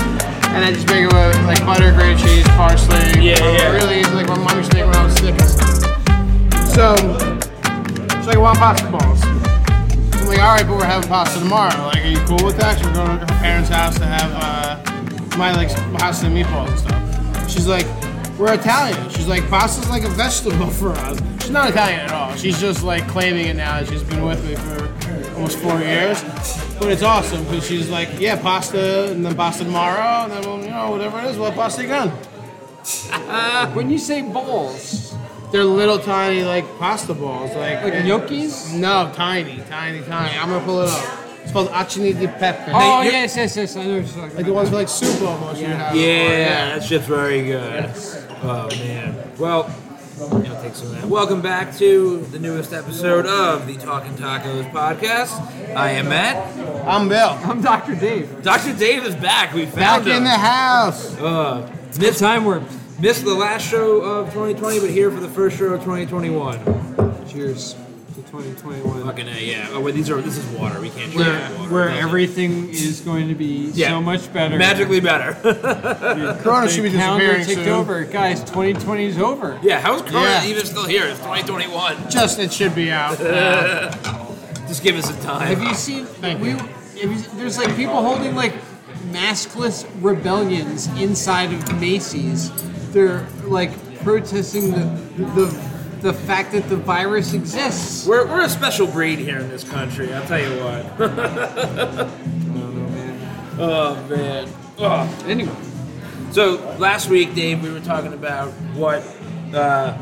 and I just make it with like butter, grated cheese, parsley. Uh, Yeah, yeah. Really easy, like my mom used to make when I was sick and stuff. So, she's like, I want pasta balls. I'm like, all right, but we're having pasta tomorrow. Like, are you cool with that? 'Cause We're going to her parents' house to have uh, my like pasta and meatballs and stuff. She's like, we're Italian. She's like, pasta's like a vegetable for us. She's not Italian at all. She's just like claiming it now. that She's been with me for almost four years, but it's awesome because she's like, yeah, pasta and then pasta tomorrow, and then well, you know whatever it is, we'll have pasta again. When you say balls, They're little tiny like pasta balls, like like and- gnocchis? No, tiny, tiny, tiny. I'm gonna pull it up. It's called acini di pepe. Oh you- yes, yes, yes. I know what you're talking Like the about. ones with like soup almost. you have. Yeah, that shit's very good. Oh man. Well, I'll take some of that. Welcome back to the newest episode of the Talking Tacos podcast. I am Matt. I'm Bill. I'm Dr. Dave. Dr. Dave is back. We found Back in him. the house. uh, missed, Time warp. missed the last show of 2020, but here for the first show of 2021. Cheers to 2021. Fucking a, yeah. Oh, wait, these are this is water. We can't drink Where, water. where That's it. everything is going to be Yeah. so much better. magically better. Corona should be The calendar disappearing ticked soon. over, guys. 2020 is over. yeah, how is Corona Yeah. even still here? It's 2021. Just it should be out. Uh, Just give us a time. Have you seen? Thank we, you. have you seen- there's like people holding like maskless rebellions inside of Macy's. They're like protesting the the the fact that the virus exists. We're, we're a special breed here in this country, I'll tell you what. oh, man. Oh. Anyway, So, last week, Dave, we were talking about what uh,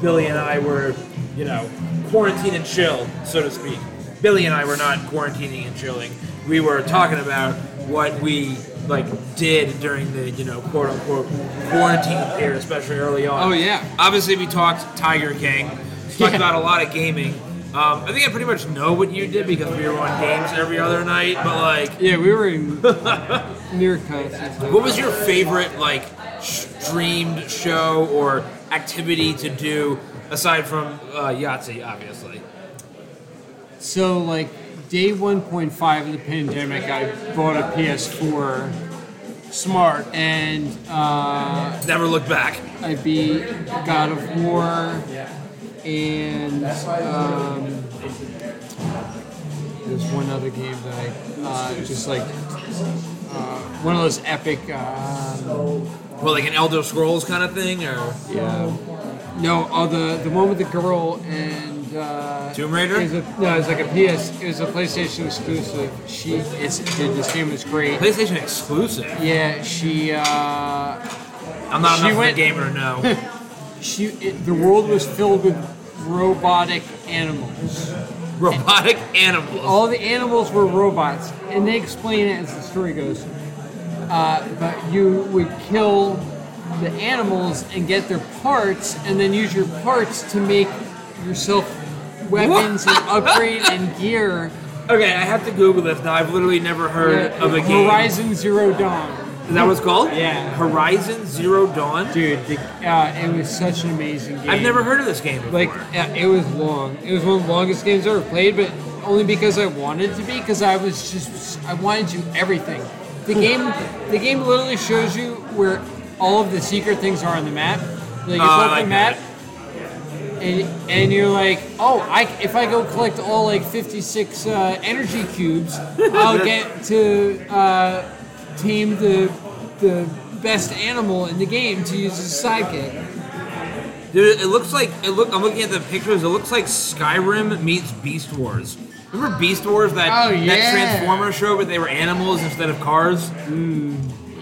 Billy and I were, you know, quarantine and chill, so to speak. Billy and I were not quarantining and chilling. We were talking about what we, like, did during the, you know, quote unquote quarantine period, especially early on. Oh, yeah. Obviously, we talked Tiger King. We talked Yeah. about a lot of gaming. Um, I think I pretty much know what you did because we were on games every other night. But like, yeah, we were in near concerts. what was your favorite like streamed show or activity to do aside from uh, Yahtzee, obviously? So like day 1.5 of the pandemic, I bought a PS4 Smart. and. Uh, Never look back. I beat God of War and um, there's one other game that I uh, just like uh, one of those epic. Um, Well, like an Elder Scrolls kind of thing or yeah. No, oh the the one with the girl and uh, Tomb Raider? It was a, no, it was like a PS. It was a PlayStation exclusive. She it's dude, this game is great. PlayStation exclusive. Yeah, she. Uh, I'm not She enough went- of a gamer to know. she it, the world was filled with robotic animals. Robotic animals. All the animals were robots, and they explain it as the story goes. Uh, but you would kill the animals and get their parts, and then use your parts to make yourself weapons and upgrade and gear. Okay, I have to Google this now. I've literally never heard of a game. Horizon Zero Dawn. Is that what it's called? Yeah. Horizon Zero Dawn. Dude, the, uh, it was such an amazing game. I've never heard of this game. Before. Like yeah, it was long. It was one of the longest games I ever played, but only because I wanted to be. Because I was just I wanted to do everything. The game, the game literally shows you where all of the secret things are on the map. Like you Oh, I flip like that. the map, and and you're like, oh, I if I go collect all like 56 uh, energy cubes, I'll get to uh, tame the the best animal in the game to use as a sidekick. Dude, it looks like it look. I'm looking at the pictures. It looks like Skyrim meets Beast Wars. Remember Beast Wars that Oh, that yeah. Transformer show, but they were animals instead of cars.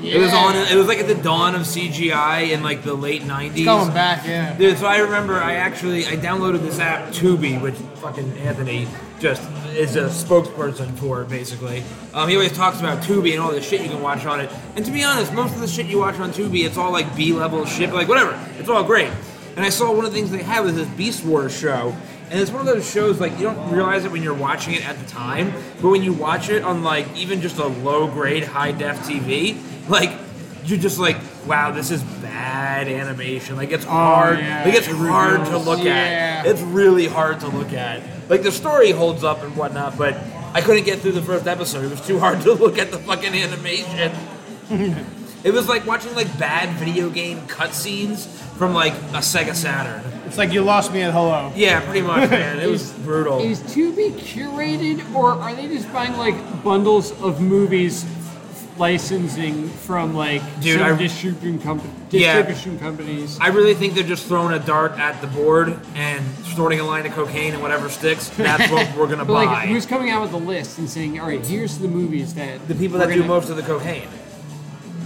It was on. It was like at the dawn of CGI in like the late '90s. Going back, yeah. Dude, so I remember I actually I downloaded this app Tubi, which fucking Anthony just is a spokesperson for basically. Um, he always talks about Tubi and all the shit you can watch on it. And to be honest, most of the shit you watch on Tubi, it's all like B level shit, but like whatever, it's all great. And I saw one of the things they had was this Beast Wars show, and it's one of those shows like you don't realize it when you're watching it at the time, but when you watch it on like even just a low grade high def TV, like you're just like, wow, this is bad animation. Like it's hard. yeah, like it's it hard to reveals- look yeah. at. It's really hard to look at. Like the story holds up and whatnot, but I couldn't get through the first episode. It was too hard to look at the fucking animation. It was like watching like bad video game cutscenes from like a Sega Saturn. It's like you lost me at hello. Yeah, pretty much, man. It was brutal. Is to be curated, or are they just buying like bundles of movies licensing from like Dude, some I- distribution, compa- Yeah. distribution companies? I really think they're just throwing a dart at the board and snorting a line of cocaine and whatever sticks. That's what we're gonna But buy. like, who's coming out with the list and saying, "All right, here's the movies that the people we're that do gonna- most of the cocaine.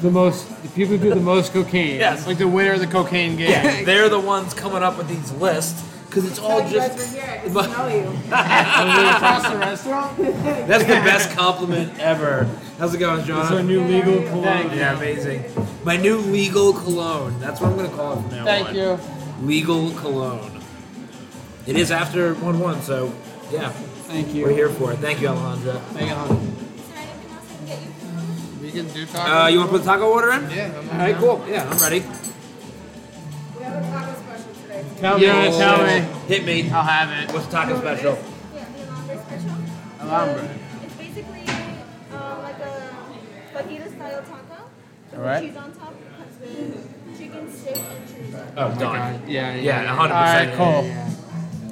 the most, the people who do the most cocaine." Yes. It's like the winner of the cocaine game. Yeah, they're the ones coming up with these lists because it's all Sorry, you guys just. were here. I could smell you. across the restaurant. That's the best compliment ever. How's it going, John? new legal Thank you. yeah, amazing. My new legal cologne. That's what I'm gonna call it from now on. Thank you. Legal cologne. It is after one one, so yeah, Thank we're you. here for it. Thank you, Alejandra. Hang on. Is there anything else I can get you? We can do Uh, tacos. you want to put the taco order in? yeah. All right, cool. Yeah, I'm ready. We have a taco special today. Tell Yeah, me. tell Tell me. me. Oh, Hit me. I'll have it. What's the taco special? Yeah, the alambre special. Alambre. Um, It's basically uh, like a fajita style taco. with Alright. Cheese on top comes with chicken, steak, and chorizo. Oh, done. Yeah. Yeah, Yeah. 100. All right, percent cool.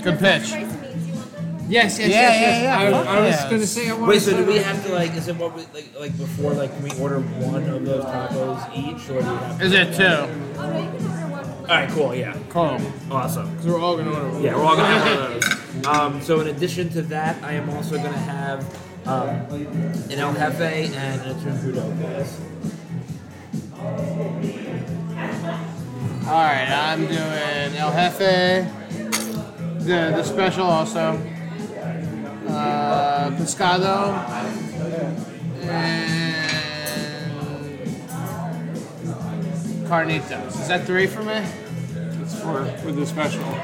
Good There's pitch. Rice means you want them? Yes. Yeah, Yes. yes, yeah, yes. yeah. I, was- Fuck I was yes. going to say I want Wait, so do we have to like? Is it what we like? Like before, like can we order one of those tacos each, or do we have? To... Is it two? Oh no, you can order one. All right, cool. Yeah, Cool. awesome. Because we're all going to order one. Yeah, we're all gonna have one of those. Um, so in addition to that, I am also gonna have um, an El Jefe and a Trimpudo, guys. All right, I'm doing El Jefe, the, the special also, uh, Pescado, and Carnitas. Is that three for me? It's four with the special. All Oh,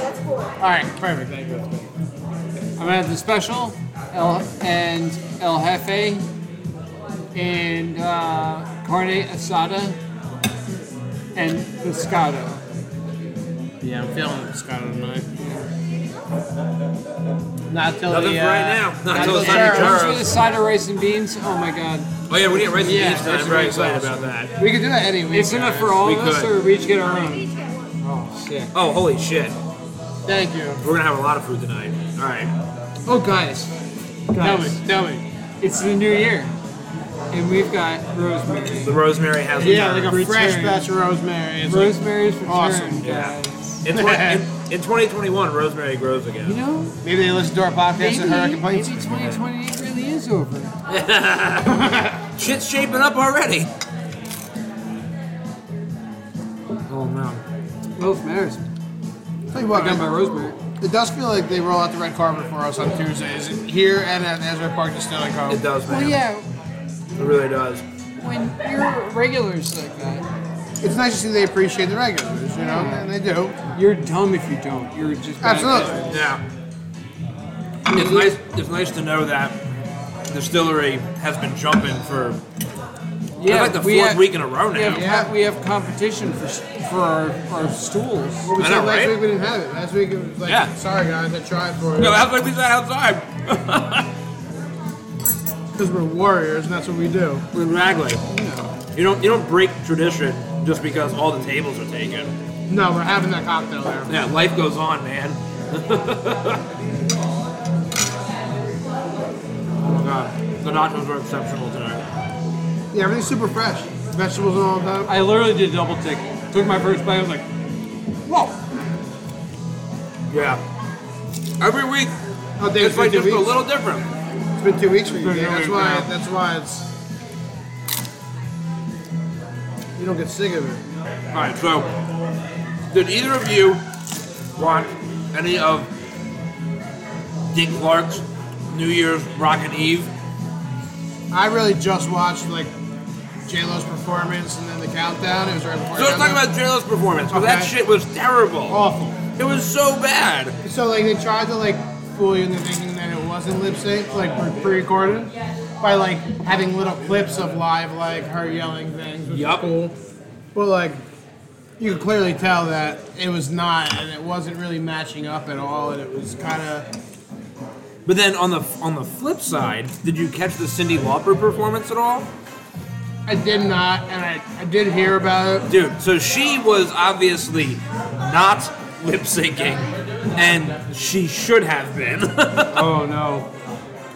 that's cool. right, perfect. Thank you. I'm gonna have the special, El, and El Jefe, and uh, carne asada, and pescado. Yeah, I'm feeling Pescado tonight. Not till Nothing the, for right uh, now. Not till till it's the time churros. to turn. Just for the side of rice and beans. Oh my god! Oh yeah, we need rice and Yeah, beans tonight. I'm very excited about that. We could do that anyway. It's enough for all We of us, could. or we each get our own. Each get one. Oh shit! Oh holy shit, Thank you. we're gonna have a lot of food tonight. All right. Oh guys, Tell guys, me, tell me. it's the new year, and we've got rosemary. The rosemary has Yeah, like a Return. fresh batch of rosemary. It's like, Rosemary's return, Awesome. Yeah. guys. In, twen- in, in 2021, rosemary grows You again. know, maybe they listen to our podcast maybe, and her maybe complaints. 2028 really is over. Shit's shaping up already. Oh no. Both matters. Tell you what, I got my man, rosemary. it does feel like they roll out the red carpet for us on Tuesdays here and at Ezra Park Distilling Co. It does, man. Well, Oh, yeah, It really does. when you're regulars like that, It's nice to see they appreciate the regulars, you know, and they do. you're dumb if you don't. You're just bad Absolutely. Yeah. It's nice. It's nice to know that distillery has been jumping for guys. yeah, like the we fourth have, week in a row now. We have, Yeah. we have competition for s- for our, our stools. What we I said know, last right? week we didn't have it. Last week it was like, Yeah. sorry guys, I tried for No, it. that's like we said outside. Because we're warriors and that's what we do. exactly. You don't you don't break tradition just because all the tables are taken. No, we're having that cocktail there. Yeah, life goes on, man. oh my god, the nachos were exceptional tonight. Yeah, everything's super fresh. Vegetables and all that. I literally did a double take. Took my first bite. I was like, whoa. Yeah. Every week, Oh, Dave, it's it's been like two just a weeks. little different. It's been two weeks for you. Been Dave. two That's weeks, why. yeah. That's why it's. You don't get sick of it. All right, so did either of you watch any of Dick Clark's New Year's Rockin' Eve? I really just watched like J Lo's performance and then the countdown. It was right before. So let's talk countdown. about JLo's performance. 'cause That Okay. shit was terrible. awful. It was so bad. So like they tried to like fool you into thinking that it wasn't lip sync, like pre- pre-recorded, by like having little clips of live like her yelling things. Which Yup. Was cool. But like you could clearly tell that it was not, and it wasn't really matching up at all, and it was kind of. But then on the on the flip side, did you catch the Cindy Lauper performance at all? I I did not, and I, I did hear about it. Dude, so she was obviously not lip syncing, and she should have been. Oh no.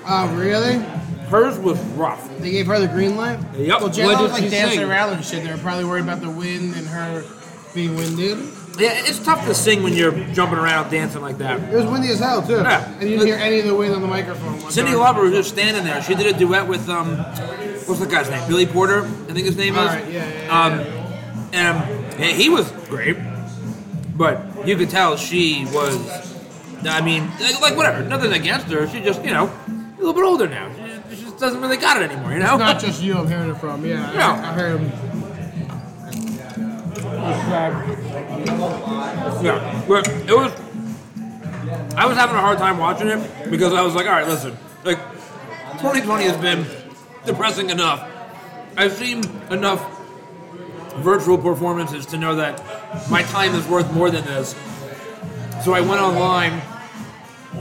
Oh, really? Hers was rough. They gave her the green light? Yep. Well, J What Lo did was she like dancing sing? around and shit. They were probably worried about the wind and her being winded. Yeah, it's tough to sing when you're jumping around dancing like that. It was windy as hell, too. Yeah. And you didn't hear any of the wind on the microphone. one Cindy time. Lauper was just standing there. She did a duet with um, what's the guy's name? Billy Porter, I think his name is. Alright, yeah, yeah, um, and yeah, he was great, but you could tell she was. I mean, like, like, whatever. Nothing against her. She just you know a little bit older now. She, she just doesn't really got it anymore. You know. Not just you, I'm hearing it from. Yeah. I- Yeah. I heard him. Yeah, but it was. I was having a hard time watching it because I was like, all right, listen, like 2020 has been depressing enough. I've seen enough virtual performances to know that my time is worth more than this. So I went online,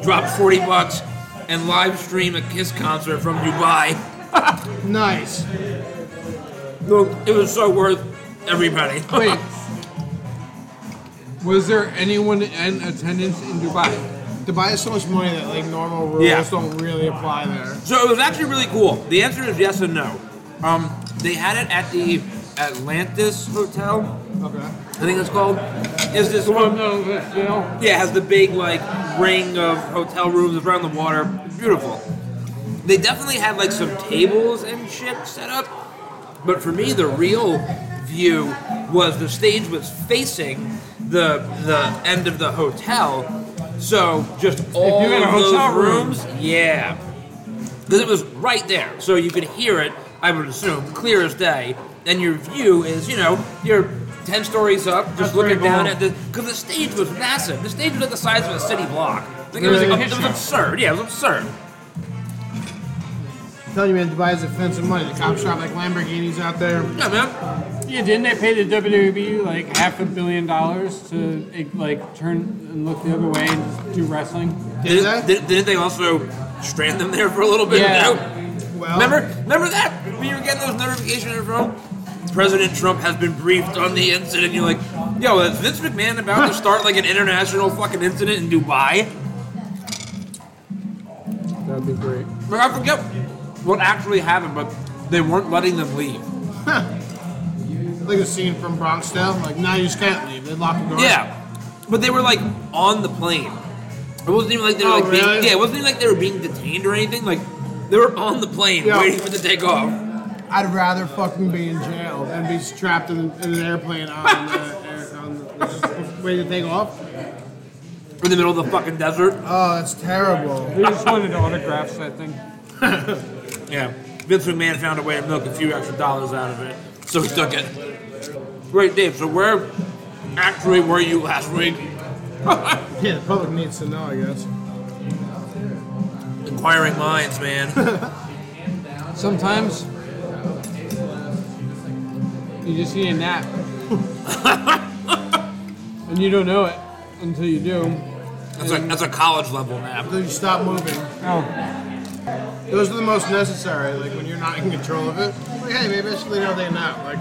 dropped 40 bucks, and live streamed a Kiss concert from Dubai. Nice. Look, it was so worth every penny. Wait. Was there anyone in attendance in Dubai? Dubai is so much money that like normal rules Yeah. don't really apply there. So it was actually really cool. The answer is yes and no. Um, they had it at the Atlantis Hotel, Okay. I think it's called. Is this one? you know. Yeah, it has the big like ring of hotel rooms around the water. Beautiful. They definitely had like some tables and shit set up, but for me the real view was the stage was facing the the end of the hotel. So just all in a of those hotel room. rooms, yeah, because it was right there, so you could hear it. I would assume clear as day, and your view is you know you're ten stories up, just That's looking pretty down cool. at the because the stage was massive. The stage was like the size of a city block. Like it was, Really? it was absurd. Yeah, it was absurd. I'm telling you, man, Dubai is offensive money. The cops shop like Lamborghinis out there. Yeah, man. Yeah, didn't they pay the WWE like half a billion dollars to eh, like turn and look the other way and just do wrestling? Did Didn't, they? didn't- didn't they also strand them there for a little bit? Yeah. too? Well, Remember, remember that when you were getting those notifications from President Trump has been briefed on the incident. You're like, yo, is Vince McMahon about to start like an international fucking incident in Dubai? That'd be great. But I forget what actually happened, but they weren't letting them leave. like a scene from Bronx Tale. Like now you just can't leave. They lock the door. Yeah, but they were like on the plane. It wasn't even like they were Oh, like being, really? yeah, it wasn't even like they were being detained or anything. Like they were on the plane Yeah. waiting for the takeoff. I'd rather fucking be in jail than be trapped in, in an airplane on the, air, on the way to take off. In the middle of the fucking desert. Oh, that's terrible. They just wanted autographs, I think. Yeah. Vince McMahon found a way to milk a few extra dollars out of it, so he took it. Great, Dave. So where actually were you last week? Yeah, the public needs to know, I guess. Inquiring minds, man. Sometimes you just need a nap. and you don't know it until you do. That's a that's a college level nap. Then you stop moving. Oh. Those are the most necessary, like when you're not in control of it. Like, hey, maybe I should lay down there now. Like,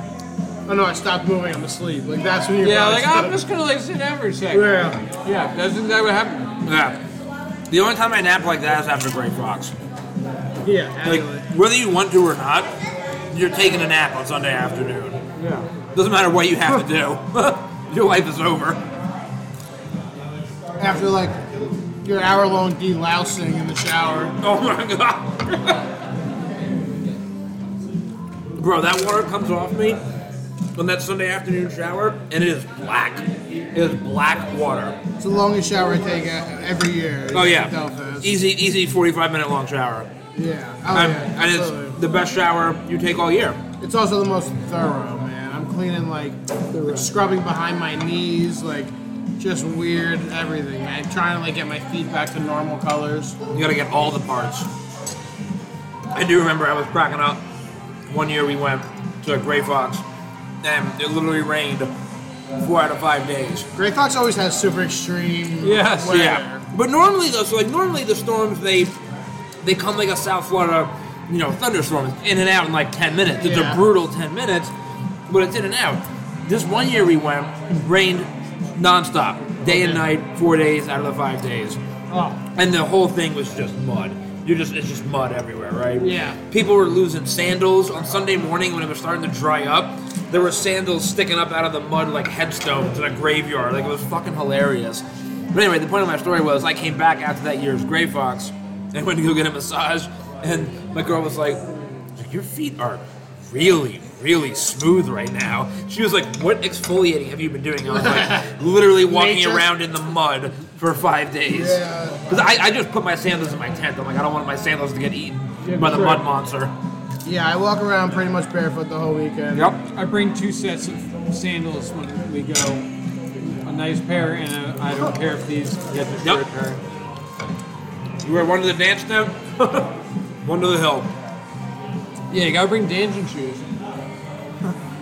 oh no, I stopped moving, I'm asleep. Like, that's when you're Yeah, probably like I'm stuck. just gonna like sit down for a second. Yeah. Yeah, that's exactly what happened. Yeah. The only time I nap like that is after Great Fox. Yeah, Like anyway. whether you want to or not, you're taking a nap on Sunday afternoon. Yeah. Doesn't matter what you have to do. Your life is over. After, like, your hour long delousing in the shower. Oh my god. Bro, that water comes off me on that Sunday afternoon shower and it is black. It is black water. It's the longest shower I take uh, every year. Oh yeah. Delta. Easy easy 45 minute long shower. Yeah. Oh, I'm- yeah. and absolutely. it's the best shower you take all year. It's also the most thorough, man. I'm cleaning like, like scrubbing behind my knees, like just weird everything, man. Trying to like get my feet back to normal colors. You gotta get all the parts. I do remember I was cracking up. One year we went to Grey Fox, and it literally rained four out of five days. Grey Fox always has super extreme. Yes, weather. But normally though, so like normally the storms they they come like a South Florida you know, thunderstorms in and out in like 10 minutes. It's Yeah. a brutal 10 minutes, but it's in and out. This one year we went, rained nonstop, day and night, four days out of the five days. Oh, And the whole thing was just mud. You're just it's just mud everywhere, right? Yeah. People were losing sandals on Sunday morning when it was starting to dry up. There were sandals sticking up out of the mud like headstones in a graveyard. Like it was fucking hilarious. But anyway, the point of my story was I came back after that year's Grey Fox and went to go get a massage, and my girl was like, "Your feet are really." Really smooth right now. She was like, "What exfoliating have you been doing?" I was like, "Literally walking Nature's- around in the mud for five days." Yeah. Because I, I just put my sandals in my tent. I'm like, I don't want my sandals to get eaten by the sure. mud monster. Yeah, I walk around pretty much barefoot the whole weekend. I bring two sets of sandals when we go. A nice pair, and I I don't care if these get the Yep. short pair. You wear one to the dance now, one to the hill. Yeah, you gotta bring dancing shoes.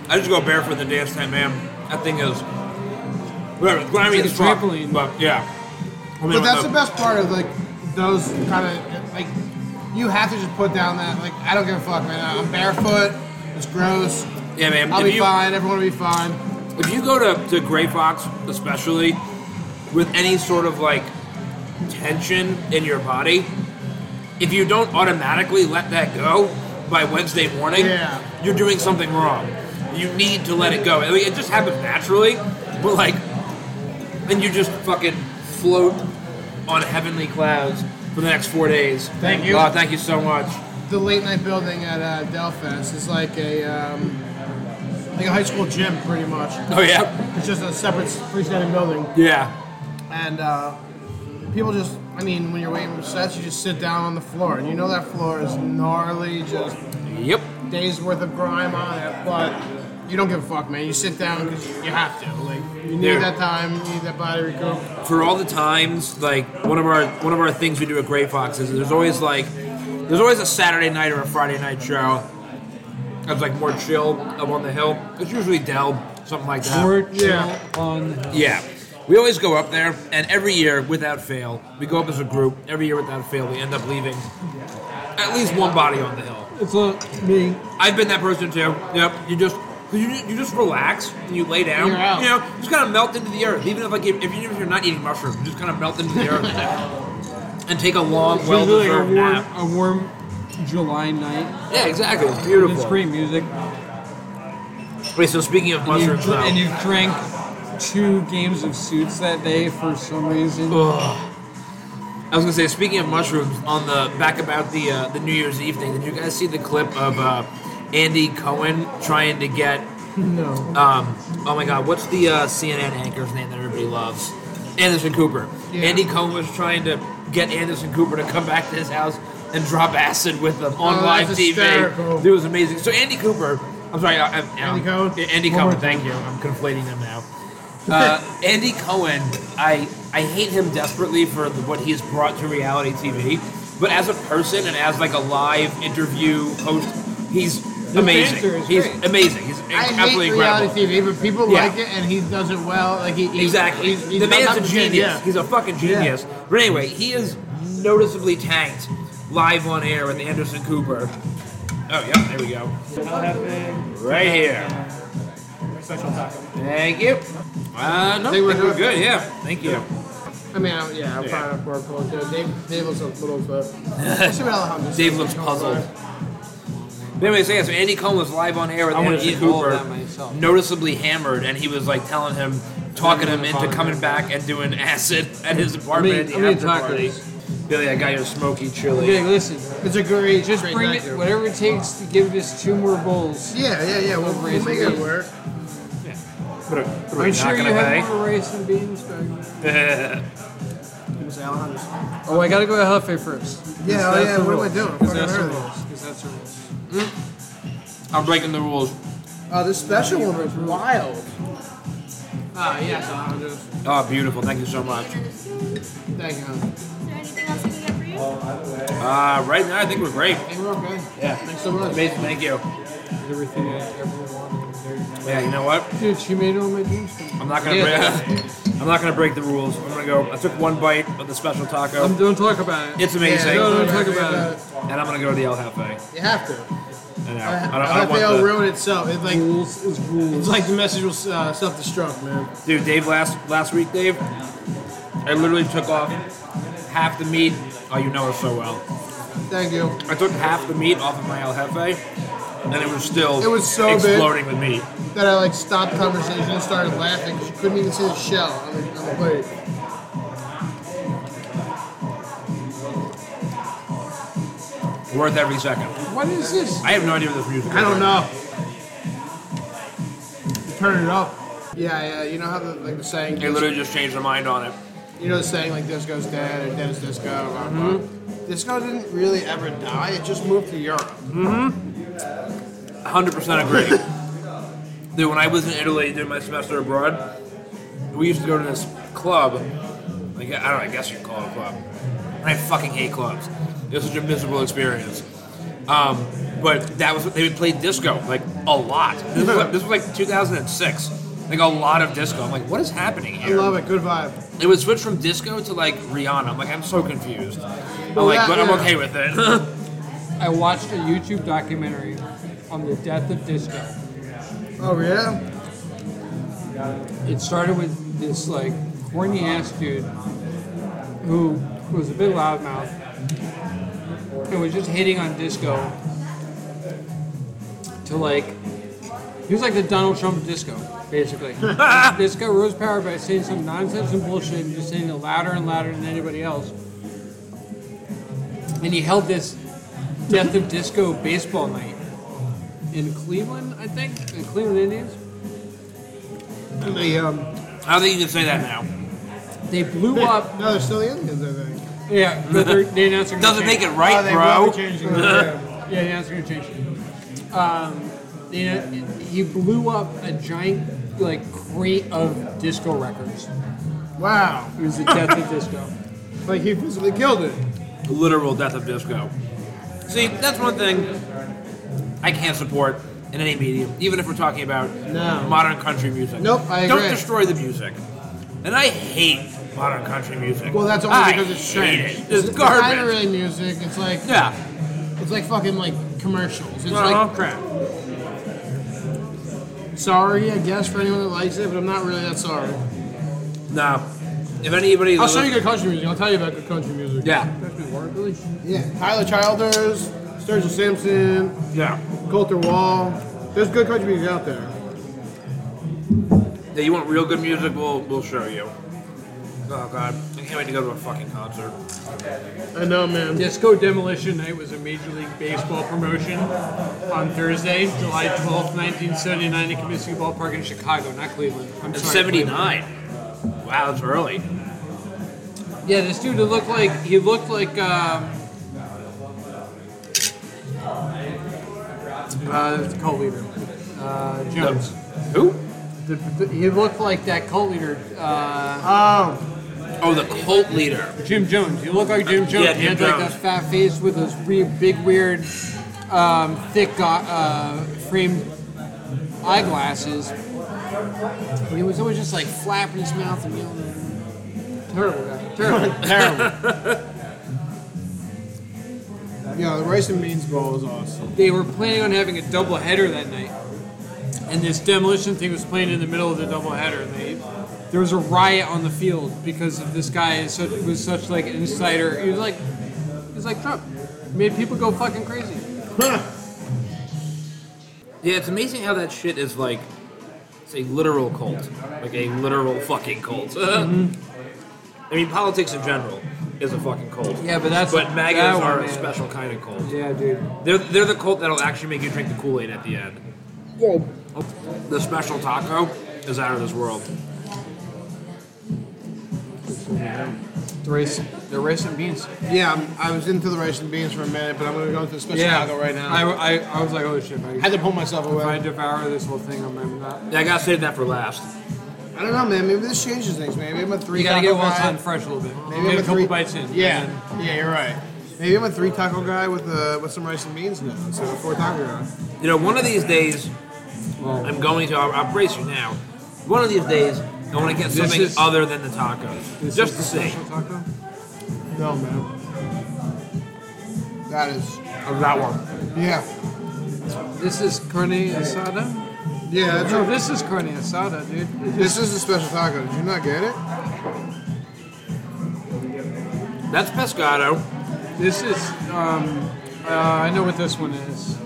I just go barefoot to dance tent, man. That thing is. Whatever, it's grimy It's as like a fuck, trampoline. But yeah. I mean, But that's the- the best part of like those kind of like you have to just put down that like I don't give a fuck, man. I'm barefoot. It's gross. Yeah, man. I'll if be you, fine. Everyone will be fine. If you go to, to Grey Fox, especially, with any sort of like tension in your body, if you don't automatically let that go by Wednesday morning, Yeah. you're doing something wrong. You need to let it go. I mean, it just happens naturally, but like, and you just fucking float on heavenly clouds for the next four days. Thank you. God, thank you so much. The late night building at uh, Delfest is like a um, like a high school gym, pretty much. Oh yeah, It's just a separate freestanding building, yeah, and uh, people just. I mean, when you're waiting for sets, you just sit down on the floor, and you know that floor is gnarly, just yep. days worth of grime on it, but you don't give a fuck, man. You sit down because you have to. Like you need Yeah. that time, you need that body recoup. for all the times, like one of our one of our things we do at Grey Fox is there's always like there's always a Saturday night or a Friday night show. That's like more chill up on the hill. It's usually Dell, something like that. Or chill Yeah. on the Yeah. We always go up there, and every year, without fail, we go up as a group. Every year, without fail, we end up leaving at least one body on the hill. It's not me. I've been that person too. Yep. You just 'cause you, you just relax and you lay down. You're out. You know, just kind of melt into the earth. Even if like if, if you- if you're not eating mushrooms, you just kind of melt into the earth and take a long, It's well usually like a deserved warm, nap. a warm July night. Yeah, exactly. It's And it's beautiful. great music. Wait, so speaking of And you, mushrooms, dr- and though, you drank two games of suits that day for some reason. ugh. I was gonna say, speaking of mushrooms, on the back about the uh, the New Year's Eve thing, did you guys see the clip of uh, Andy Cohen trying to get No. um, oh my god, what's the uh, CNN anchor's name that everybody loves? Anderson Cooper. Yeah. Andy Cohen was trying to get Anderson Cooper to come back to his house and drop acid with him on Oh, live that's TV. hysterical. It was amazing. So Andy Cooper, I'm sorry, I, I, Andy Cohen? Andy One more Cohen, time. thank you. I'm conflating them now. Uh, Andy Cohen, I I hate him desperately for the, what he has brought to reality TV, but as a person and as like a live interview host, he's banter amazing. is He's great. amazing. He's I hate absolutely incredible. reality TV, but people Yeah. like it, and he does it well. Like he, he Exactly. He's, he's the man's not a the genius. same, yeah. He's a fucking genius. But anyway, he is noticeably tanked live on air with Anderson Cooper. Oh, yeah, there we go. Right here. Thank you. Uh, no, I we're think we're, good. good, yeah. Thank you. I mean, I, yeah, I'm Yeah. proud of Pork Bowl, too. Dave, Dave looks a little bit. Let's see what Alejandro Dave says. looks puzzled. But anyway, so yeah, so Andy Cohen was live on air with wanna Anderson eat all Cooper, of that myself. noticeably hammered, and he was like telling him, talking him into coming back and doing acid at his apartment I mean- at the I mean after party. tacos. Billy, I got your smoky chili. Okay, listen, It's a great. just great bring night, it, dude. whatever it takes to give us two more bowls. Yeah, yeah, yeah. We'll, we'll make it work. Put a- put a Are you knock sure on you a have bag. more rice and beans? Greg? It's Alejandro's. Oh, I gotta go to Huffy first. 'Cause Yeah, oh that's yeah, the what am I rules. doing? I 'Cause fucking that's the heard it. rules. 'Cause that's the rules. I'm breaking the rules. Oh, this special one was wild. Ah, yes, Alejandro's. Oh, beautiful. Thank you so much. Thank you. Is there anything else I can get for you? Uh, right now, I think we're great. Hey, we're okay. Yeah. Thanks so much. Amazing. Thank you. Everything I ever wanted. Yeah, you know what? Dude, she made all my dreams come I'm not going to Yeah. break. I'm I'm not gonna break the rules. I'm gonna go. I took one bite of the special taco. Um, don't talk about it. it's amazing, no, no, don't talk about it. and I'm gonna go to the El Jefe. You have to. I I, know. I don't, I don't want will the- ruin itself. It's like Rules is it's rules. like the message will uh, self-destruct, man. Dude, Dave, last last week, Dave, I literally took off half the meat. Oh, you know her so well. Thank you. I took half the meat off of my El Jefe, and it was still It was so big. exploding with meat. That I like stopped conversation and started laughing because you couldn't even see the shell on the, on the plate. Worth every second. What is this? I have no idea what this music is. I don't know. You turn it off. Yeah, yeah. You know how the like the saying They literally just changed their mind on it. You know the saying like disco's dead or dead is disco. Blah, blah. Mm-hmm. Disco didn't really ever die. It just moved to Europe. 100% agree. dude, when I was in Italy doing my semester abroad, we used to go to this club. Like, I don't know, I guess you'd call it a club. And I fucking hate clubs. It was such a miserable experience. Um, but that was what they would play disco, like a lot. This was, this was like 2006. Like a lot of disco. I'm like, what is happening I here? love it. Good vibe. It would switch from disco to like Rihanna. I'm like, I'm so confused. I'm Well, like, that- but I'm Oh, yeah. okay with it. I watched a YouTube documentary on the death of disco. Oh yeah. It started with this like horny ass dude who was a bit loudmouth and was just hitting on disco to like he was like the Donald Trump of disco, basically. disco rose power by saying some nonsense and bullshit and just saying it louder and louder than anybody else. And he held this Death of Disco baseball night in Cleveland, I think, in Cleveland Indians. And the um. I don't think you can say that now. They blew up. No, they're still the Indians. I think. Yeah, but they're- they announced they're gonna Doesn't change make it right, oh, they bro. will be changing the name. Yeah, they announced they're gonna change. it. Um, they, he blew up a giant like crate of disco records. Wow. It was the death of disco. Like he physically killed it. literal death of disco. See, that's one thing I can't support in any medium, even if we're talking about No. modern country music. Nope, I Don't agree. destroy the music. And I hate modern country music. Well, that's only I because it's hate strange. it. It's Not garbage. really music. It's like Yeah. it's like fucking like commercials. It's Uh-huh. like crap. Sorry, I guess for anyone that likes it, but I'm not really that sorry. No. If anybody, I'll show you good country music. I'll tell you about good country music. Yeah. Yeah. Tyler Childers, Sturgill Simpson, Yeah. Coulter Wall. There's good country music out there. Yeah, you want real good music? We'll we'll show you. Oh god, I can't wait to go to a fucking concert. I know, man. Disco Demolition Night was a Major League Baseball promotion on Thursday, July twelfth, 1979, at Comiskey Ballpark in Chicago, not Cleveland. I'm It's sorry, '79. Wow, that's early. Cleveland. Yeah, this dude it looked like he looked like um, uh, cult leader uh, Jones. Who? The, the, he looked like that cult leader, uh, Oh, Oh, the cult leader. Jim Jones. He looked like Jim Jones. Yeah, he Jim had like Jones. that fat face with those re- big, weird, um, thick go- uh, framed eyeglasses. And he was always just like flapping his mouth and yelling. Terrible guy. Terrible. terrible. yeah, the rice and beans bowl is awesome. they were planning on having a double header that night. And this demolition thing was playing in the middle of the double header. They, there was a riot on the field because of this guy is such, was such like an insider. He was like, he was like Trump. Made people go fucking crazy. Yeah, it's amazing how that shit is like. It's a literal cult, like a literal fucking cult. I mean, politics in general is a fucking cult. Mm-hmm. Yeah, but that's- but that maggots one, are a man. special kind of cult. Yeah, dude. They're they're the cult that'll actually make you drink the Kool Aid at the end. The special taco is out of this world. The rice, the rice and beans. Yeah, I'm, I was into the rice and beans for a minute, but I'm gonna go into the special taco right now. I I, I, I was like, oh shit, I, had to pull myself if I away. devour this whole thing, I'm, I'm not. Yeah, I gotta save that for last. I don't know, man. Maybe this changes things, man. Maybe I'm a three. You gotta taco get one guy. time fresh a little bit. Maybe Maybe, I'm a couple three- bites in. Yeah, yeah, you're right. Maybe I'm a three taco guy with uh, with some rice and beans now instead of a four taco guy. You know, one of these days, I'm going to. I'll, I'll brace you now. One of these days, I want to get something is- other than the tacos, just to see. Taco? No, man. That is. Of that one. Yeah. This is carne asada? Yeah, that's No, this is carne asada, dude. This is a special taco. Did you not get it? That's pescado. This is, um, uh, I know what this one is.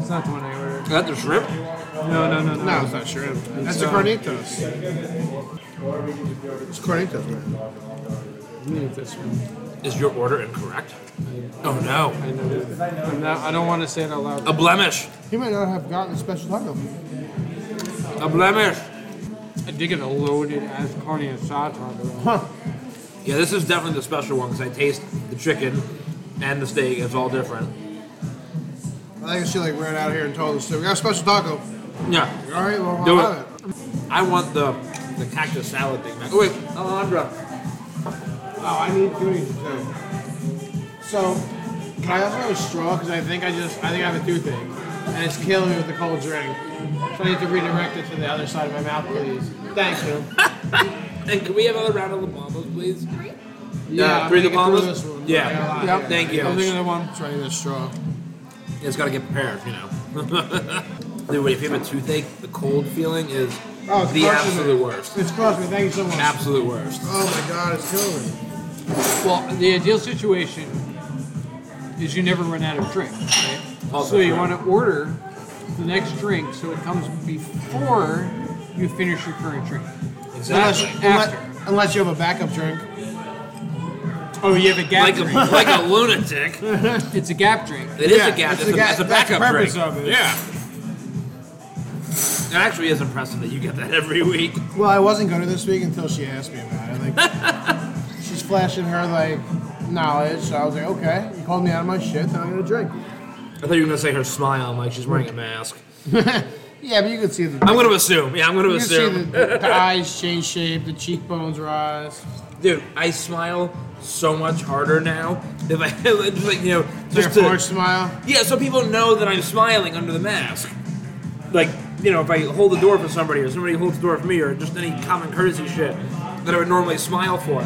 It's not the one I ordered. Is that the shrimp? No, no, no, no. No, it's not shrimp. That's the uh, carnitas. It's carnitas, man. Let me eat this one. Is your order incorrect? Oh no. I know. it. I'm not, I don't want to say it out loud. A blemish. He might not have gotten a special taco. A blemish. I did get a loaded as carne asada taco. Huh. Yeah, this is definitely the special one because I taste the chicken and the steak. It's all different. I think she like ran out here and told us, "We got a special taco." Yeah. All right, well, I'll Do have it. it. I want the the cactus salad thing back. Oh wait, Alejandra. Oh, I need three. So, so can I also have a straw? Because I think I just, I think I have a toothache, and it's killing me with the cold drink. So I need to redirect it to the other side of my mouth, please. Thank you. And can we have another round of La Palmas, please? Yeah, Uh, three I'm thinking La through Palmas? this one. Yeah. I'm not gonna lie. Yep. Thank you. I'm thinking of one. Trying this straw. It's got to get prepared, you know. Dude, wait, if you have a toothache, the cold feeling is Oh, it's the crushing absolute me. worst. It's crushing me. Thank you so much. Absolute worst. Oh my god, it's killing me. Well, the ideal situation is you never run out of drink. Right? Also so you true. want to order the next drink so it comes before you finish your current drink. Unless, Exactly. unless, unless you have a backup drink. Oh, you have a gap Like a, drink. like a lunatic. It it's a gap drink. is Yeah, a gap. it's It's, a a, gap- it's a that's the backup purpose drink. of it. Yeah. It actually is impressive that you get that every week. Well, I wasn't going to this week until she asked me about it. Like, she's flashing her like knowledge, so I was like, okay. You called me out of my shit, then I'm gonna drink. I thought you were gonna say her smile. I'm like, she's wearing a mask. Yeah, but you can see the. I'm gonna assume. Yeah, I'm gonna you can see assume. the, the eyes change shape, the cheekbones rise. Dude, I smile so much harder now. If I just like you know, Their just forged to, smile. yeah, so people know that I'm smiling under the mask. Like you know, if I hold the door for somebody, or somebody holds the door for me, or just any common courtesy shit that I would normally smile for,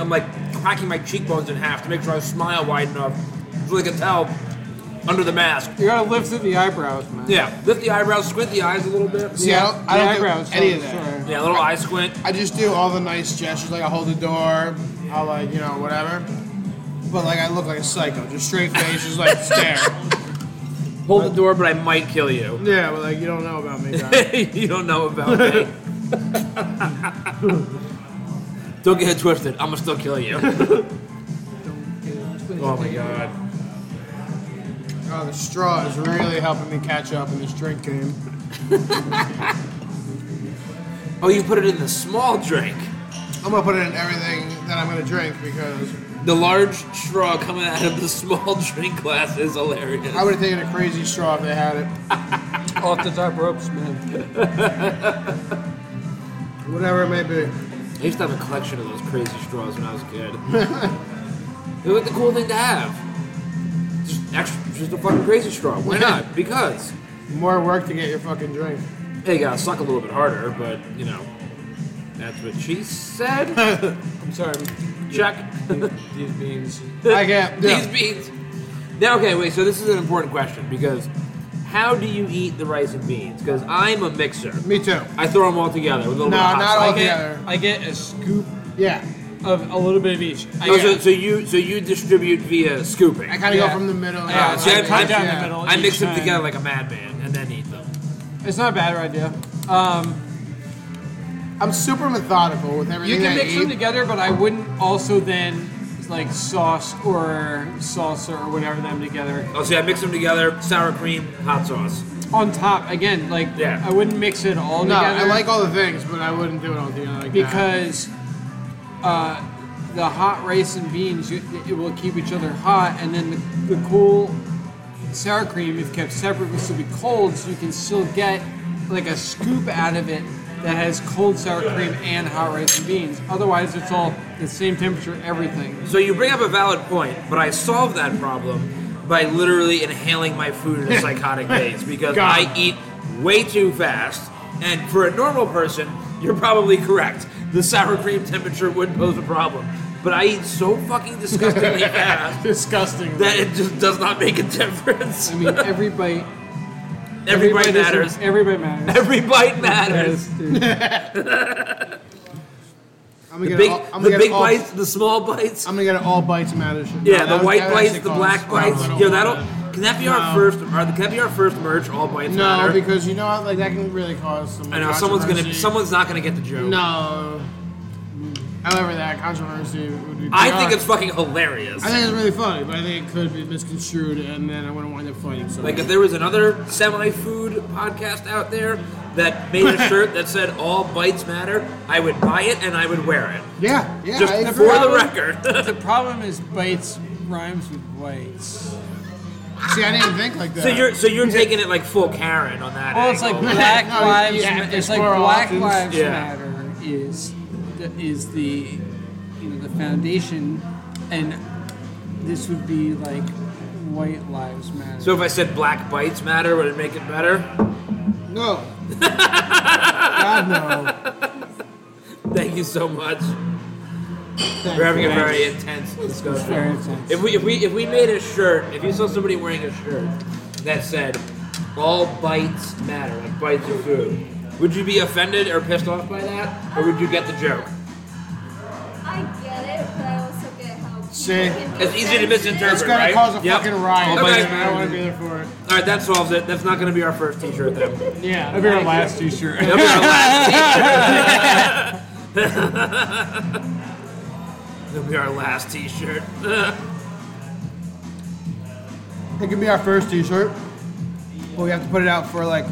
I'm like cracking my cheekbones in half to make sure I smile wide enough so they can tell under the mask. You gotta lift through the eyebrows, man. Yeah, lift the eyebrows, squint the eyes a little bit. See, I don't, I don't the do eyebrows, any so- of that. sorry. Yeah, a little eye squint. I just do all the nice gestures, like I hold the door, I like you know whatever. But like I look like a psycho, just straight face, just like stare. Hold the door, but I might kill you. Yeah, but like you don't know about me. guys. you don't know about me. don't get it twisted. I'm gonna still kill you. oh my god. Oh, the straw is really helping me catch up in this drink game. Oh, you put it in the small drink. I'm gonna put it in everything that I'm gonna drink because The large straw coming out of the small drink glass is hilarious. I would have taken a crazy straw if they had it. Off the top ropes, man. Whatever it may be. I used to have a collection of those crazy straws when I was a kid. it was the cool thing to have. Just extra, just a fucking crazy straw. Why not? Because. More work to get your fucking drink. Yeah, you gotta suck a little bit harder, but you know, that's what she said. I'm sorry. Check These beans. I can't. Yeah. these beans. Now, okay, wait. So this is an important question because how do you eat the rice and beans? Because I'm a mixer. Me too. I throw them all together with a little No, bit of hot not sauce. all I get, together. I get a scoop Yeah. of a little bit of each. I Oh, get, so, so you so you distribute via scooping. I kind of Yeah. go from the middle. Yeah, out, so like, I cut down the yeah. middle. I mix each them time. together like a madman and then eat them. It's not a bad idea. I'm super methodical with everything You can I mix eat. them together, but I wouldn't also then like sauce or salsa or whatever them together Oh, see, I mix them together, sour cream, hot sauce. on top. Again, like Yeah. I wouldn't mix it all no, together. I like all the things, but I wouldn't do it all together like that. because uh, the hot rice and beans you, it will keep each other hot, and then the, the cool sour cream, if kept separate, will still be cold, so you can still get like a scoop out of it that has cold sour cream and hot rice and beans. Otherwise, it's all the same temperature, everything. So you bring up a valid point, but I solve that problem by literally inhaling my food in a psychotic days because God. I eat way too fast. And for a normal person, you're probably correct. The sour cream temperature would pose a problem. But I eat so fucking disgustingly fast Disgusting. that it just does not make a difference. I mean, every bite. every Everybody bite is- matters. Every bite matters. Every bite matters. Yes, dude. I'm gonna The get big, all, I'm the gonna get big all, bites, the small bites. I'm gonna get all bites matter. shit. No, Yeah, that the would- white that would bites, actually the cause black problems. bites. I don't Yo, want that'll that. can that be our No. first? Or the can that be our first merch? All bites No, matter. because you know what? Like that can really cause some. I know someone's gonna controversy. someone's not gonna get the joke. No. However, that controversy would be. I think it's fucking hilarious. I think it's really funny, but I think it could be misconstrued, and then I wouldn't wind up fighting someone. Like if there was another semi-food podcast out there that made a shirt that said "All bites matter," I would buy it and I would wear it. yeah, yeah. Just I for agree. the record. The problem is bites rhymes with whites. See, I didn't think like that. so you're so you're taking it like full Karen on that. Well, it's like angle. Black No, you- Lives. you have to it's like explore all Black options. Lives Yeah. Matter is the, is the you know the foundation, and this would be like White Lives Matter. So if I said "Black bites matter," would it make it better? no. God no. Thank you so much. We're having a very intense discussion. very intense. If we if we if we made a shirt, if you saw somebody wearing a shirt that said "All bites matter," like bites of food, would you be offended or pissed off by that, or would you get the joke? I get it, but I also get how people See, can be it's easy to sensitive. misinterpret. It's gonna Right? cause a Yep. fucking riot, Okay. and I don't want to be there for it. All right, that solves it. That's not going to be our first T-shirt then. Yeah. That'd be our last T-shirt. That'll be our last T-shirt. That'll be our last T-shirt. It could be our first T-shirt, but we have to put it out for like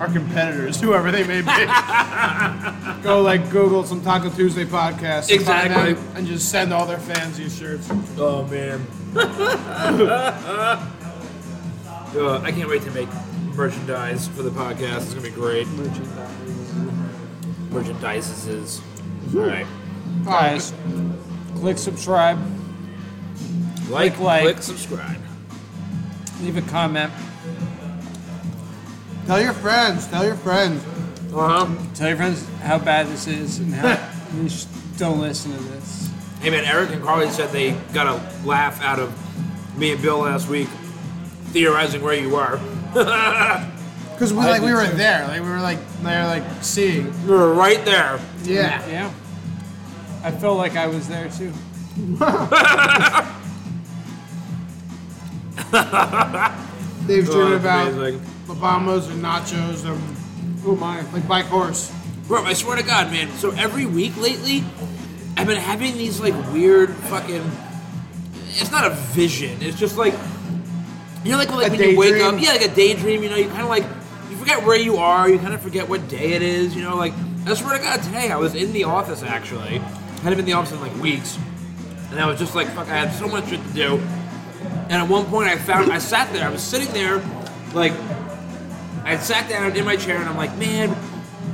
our competitors, whoever they may be. Go like Google some Taco Tuesday podcast, and find Exactly. them and just send all their fans these shirts. Oh man. Uh, I can't wait to make merchandise for the podcast. It's gonna be great. Merchandise is. All right. Guys, click subscribe, Like, Click like. click, subscribe. leave a comment, Tell your friends. Tell your friends. Uh huh. tell your friends how bad this is, and how you sh- don't listen to this. Hey man, Eric and Carly said they got a laugh out of me and Bill last week, theorizing where you were. Because we like we were there, like we were like they were like seeing. You were right there. Yeah. Yeah, I felt like I was there too. They've Oh, dreamed that's about amazing. Obamas and nachos and Oh my! like bike horse. Bro, I swear to God, man. So every week lately, I've been having these like weird fucking. It's not a vision. It's just like you know, like, when- like A when you wake daydream? up, yeah, like a daydream. You know, you kind of like you forget where you are. You kind of forget what day it is. You know, like I swear to God, today I was in the office actually. Hadn't been in the office in like weeks, and I was just like, fuck, I had so much shit to do. And at one point, I found I sat there. I was sitting there, like I sat down in my chair and I'm like, man,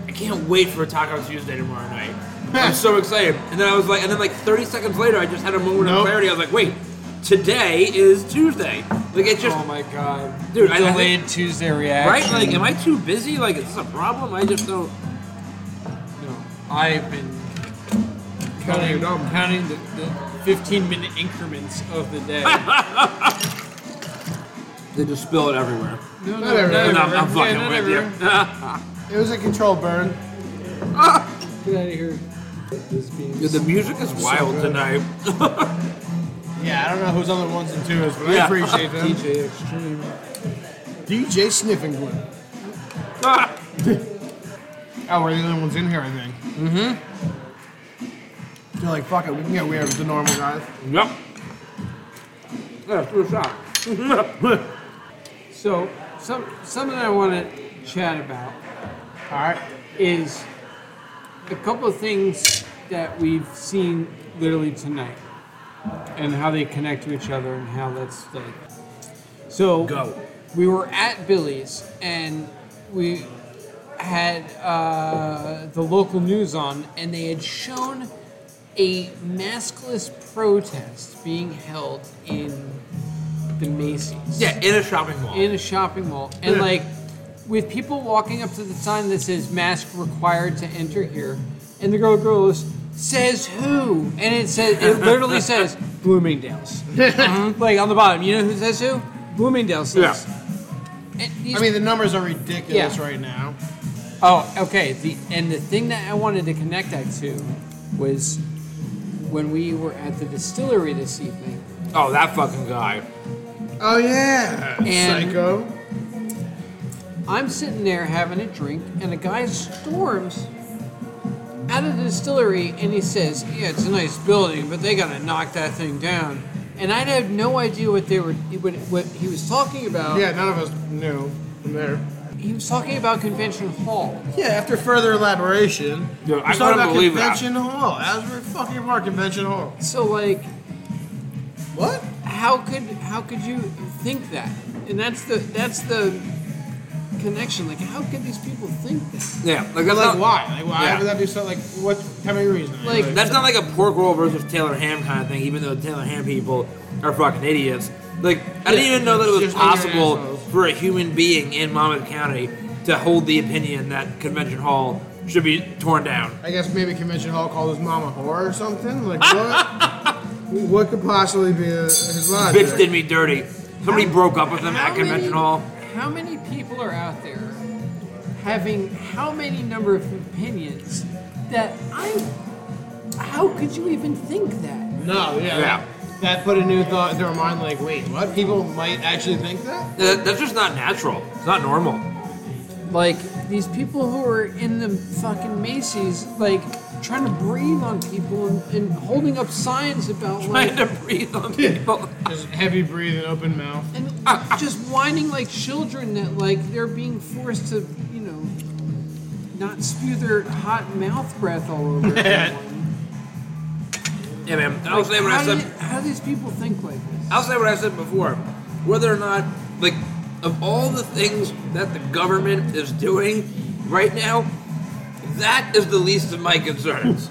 I can't wait for Taco Tuesday tomorrow night. I'm so excited. And then I was like, and then like 30 seconds later, I just had a moment of Nope. clarity. I was like, wait, today is Tuesday. Like it just, Oh my god, Dude, I think- delayed Tuesday right? reaction. Like, am I too busy? Like, is this a problem? I just don't. No, I've been counting, counting the, the 15 minute increments of the day. no, They just spill it everywhere. no, Not everywhere. And I'm, I'm Yeah, fucking not with everywhere. you. It was a control burn. Get out of here. This being Dude, the music is wild good. tonight. Yeah, I don't know who's on the ones and twos, but Yeah. I appreciate them. DJ Extreme. DJ Sniffing Glue. Ah, Oh, we're the only ones in here, I think. Mm-hmm. They're like, fuck it, we can get weird with the normal guys. yep. Yeah, it's a shot. So, some, something I want to chat about All right. is a couple of things that we've seen literally tonight and how they connect to each other and how that's like. So, Go. we were at Billy's and we had uh, the local news on, and they had shown a maskless protest being held in the Macy's Yeah, in a shopping mall. in a shopping mall, and like with people walking up to the sign that says mask required to enter here, and the girl goes, says who? And it says it literally says Bloomingdale's. Uh-huh. Mhm. Like on the bottom. You know who says who? Bloomingdale's says. And these- I mean, the numbers are ridiculous Yeah. right now. Oh, okay. The and the thing that I wanted to connect that to was when we were at the distillery this evening. Oh, that fucking guy. Oh yeah, And- psycho. I'm sitting there having a drink, and a guy storms out of the distillery, and he says, "Yeah, it's a nice building, but they gotta knock that thing down." And I had no idea what they were what, what he was talking about. Yeah, none of us knew from there. He was talking about convention hall. Yeah, after further elaboration, Yeah, we're I talking couldn't about believe that. convention hall. Asbury fucking Park Convention Hall. So like, What? how could how could you think that? And that's the that's the connection. Like, how could these people think that? Yeah, like that's Like not, why? Like why Yeah. would that be so? Like what? How many reasons? Like- That's not like a pork roll versus Taylor Ham kind of thing, even though Taylor Ham people are fucking idiots. Like, I didn't even know that it was Just ignorant possible assholes. for a human being in Monmouth County to hold the opinion that convention hall should be torn down. I guess maybe convention hall called his mom a whore or something. Like what? what could possibly be a, his logic? Bitch did me dirty. Somebody broke up with them How at convention many- hall. How many people are out there having how many number of opinions that I? How could you even think that? No, yeah, Yeah. That put a new thought into our mind. Like wait, what? People might actually think that. That- Uh, That's just not natural. It's not normal. Like these people who are in the fucking Macy's, like trying to breathe on people and, and holding up signs about Trying like to breathe on people. Just heavy breathing, open mouth. and just whining like children that like they're being forced to you know not spew their hot mouth breath all over. everyone. Yeah, man. I'll say what how, I said. do you- how do these people think like this? I'll say what I said before. Whether or not, like, of all the things that the government is doing right now, that is the least of my concerns.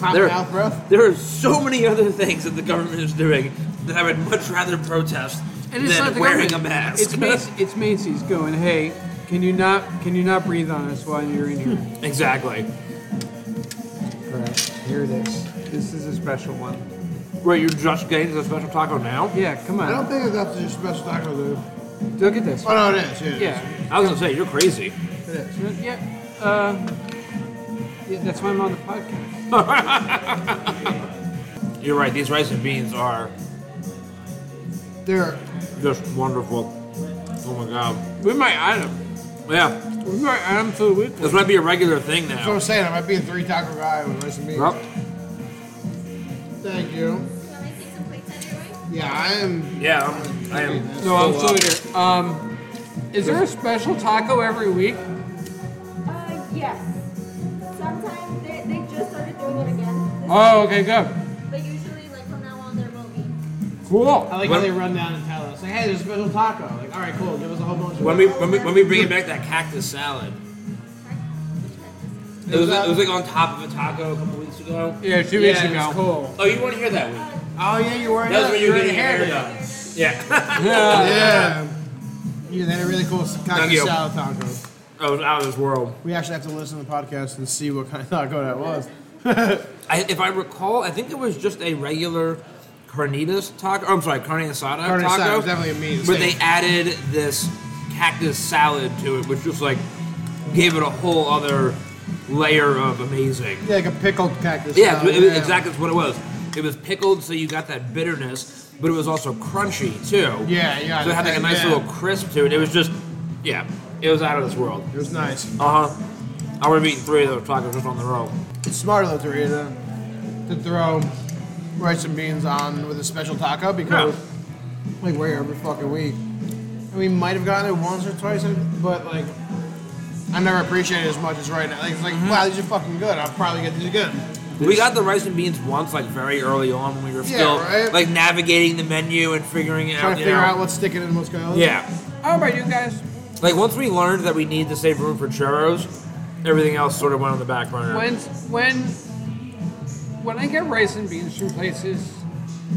Hot There- mouth breath. There are so many other things that the government is doing that I would much rather protest And than it's not the wearing a government. mask. It's, Macy, it's Macy's going. Hey, can you not can you not breathe on us while you're in here? exactly. all right, here it is. This is a special one. Wait, you're just getting to the special taco now? Yeah, come I don't on. think that that's your special taco, Lou. Look at this. Oh no, it is. It is. Yeah, I was gonna say you're crazy. It is. yeah. Uh, yeah, that's why I'm on the podcast. You're right. These rice and beans are They're just wonderful. Oh my god. We might add them. Yeah, Oh, We might add them to the week. this might be a regular thing That's what now. I'm saying. I might be a three taco guy with rice and beans. Yup. Thank you. You want me to take some plates anyway? Yeah, I am. Yeah, I'm- I am. No, I'm full up. still here. Um, is there a special taco every week? Uh, yes. Sometimes they, they just started doing it again. This- Oh, okay, good. But usually, like from now on, there will be. Cool. I like When- how they run down and tell us, like, hey, there's a special taco. Like, all right, cool. Give us a whole bunch. Of When we, when we when we bring it back that cactus salad, it was, it was like on top of a taco a couple weeks ago. Yeah, two yeah, weeks it's ago. cool. Oh, you weren't here that week. Oh yeah, you were. That was when you were in getting your hair done. Yeah. Yeah. Yeah. You had a really cool Thank taco you. salad taco. I Oh, was out of this world. We actually have to listen to the podcast and see what kind of taco that was. I, if I recall, I think it was just a regular carnitas taco. Oh, I'm sorry, carne asada Carne asada taco. was definitely a meat But they steak. added this cactus salad to it, which just like gave it a whole other layer of amazing. Yeah, like a pickled cactus. Yeah, salad, it was, exactly that's what it was. It was pickled, so you got that bitterness, but it was also crunchy too. Yeah, yeah, So it had like a nice yeah. little crisp to it. It was just, yeah, it was out of this world. It was nice. Uh huh. I would have eaten three of those tacos just on the road. It's smarter though, Torita, to throw rice and beans on with a special taco because like we're here every fucking week. And we might have gotten it once or twice, but like I never appreciate it as much as right now. Like it's like, wow, these are fucking good. I'll probably get these again. We got the rice and beans once, like very early on when we were Yeah, still right? like navigating the menu and figuring it Trying out. to you figure know. out what's sticking and what's going. Yeah, All right, you guys. like once we learned that we need to save room for churros, everything else sort of went on the back burner. When when when I get rice and beans from places,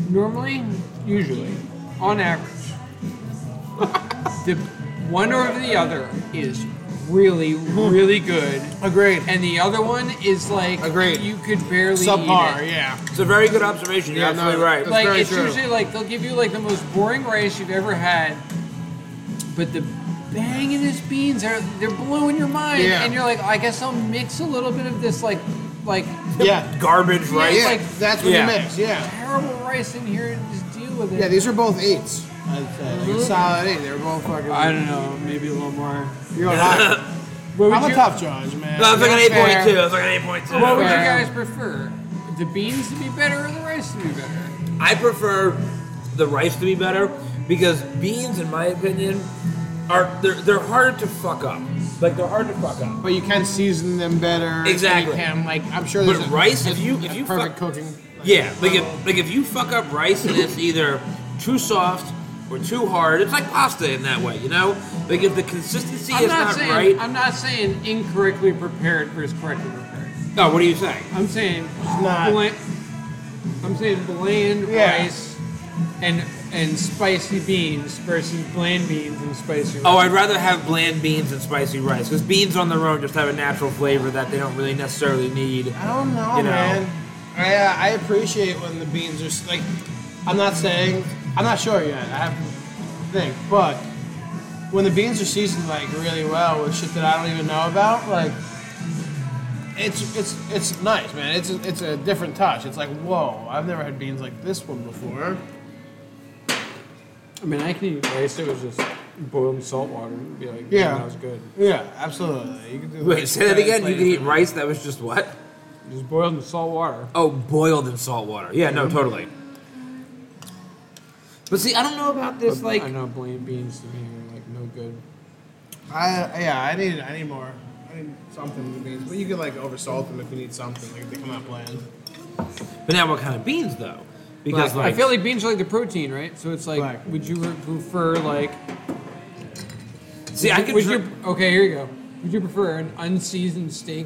normally, usually, on average, the one or the other is really, really good, Agreed. and the other one is like Agreed. you could barely eat Subpar, it. yeah. It's a very good observation. You're Yeah, no, absolutely right. That's Like very it's true. usually like they'll give you like the most boring rice you've ever had, but the bang in his beans are they're blowing your mind, Yeah. and you're like, I guess I'll mix a little bit of this like like Yeah. Garbage, right? Yeah, like- that's what Yeah. you mix, yeah. terrible rice in here and just deal with it. Yeah, these are both eights. I'd say. Like a solid eight. They're both fucking. I don't know, maybe a little more. You're hot. What would I'm you, a tough judge, man. No, it's like an That's eight fair. point two. It's like an eight point two. What would you Fair. guys prefer? The beans to be better or the rice to be better? I prefer the rice to be better because beans, in my opinion, are they're, they're hard to fuck up. Like they're hard to fuck up. But you can season them better. Exactly. You can like I'm sure But there's a- rice, a, if you- if a you perfect fuck- cooking. Yeah, like if like if you fuck up rice and it's either too soft or too hard, it's like pasta in that way, you know. Like if the consistency I'm is not, not, saying right. I'm not saying incorrectly prepared versus correctly prepared. no, Oh, what are you saying? I'm saying not- bland, I'm saying bland Yeah. rice and and spicy beans versus bland beans and spicy Oh, rice. I'd rather have bland beans and spicy rice because beans on their own just have a natural flavor that they don't really necessarily need. I don't know, You know. man. I uh, I appreciate when the beans are s- like. I'm not saying I'm not sure yet. I have to think, but when the beans are seasoned like really well with shit that I don't even know about, like. It's it's it's nice, man. It's a, it's a different touch. It's like whoa, I've never had beans like this one before. I mean, I can eat rice that was just boiled in salt water and be like, Yeah. yeah, that was good. Yeah, absolutely. You can do Wait, say that again. You could eat rice that was just what? Just boiled in salt water. Oh, boiled in salt water. Yeah, Mm-hmm. no, totally. But see, I don't know about this. But Like, I know bland beans to me are like no good. I yeah, I need I need more. I need something with the beans, but you could like oversalt them if you need something. Like if they come out bland. but now what kind of beans though? Because Like, like, I feel like beans are like the protein, right? So it's like, Right. would you re- prefer like? see, I could. would dri- you? Okay, here you go. Would you prefer an unseasoned steak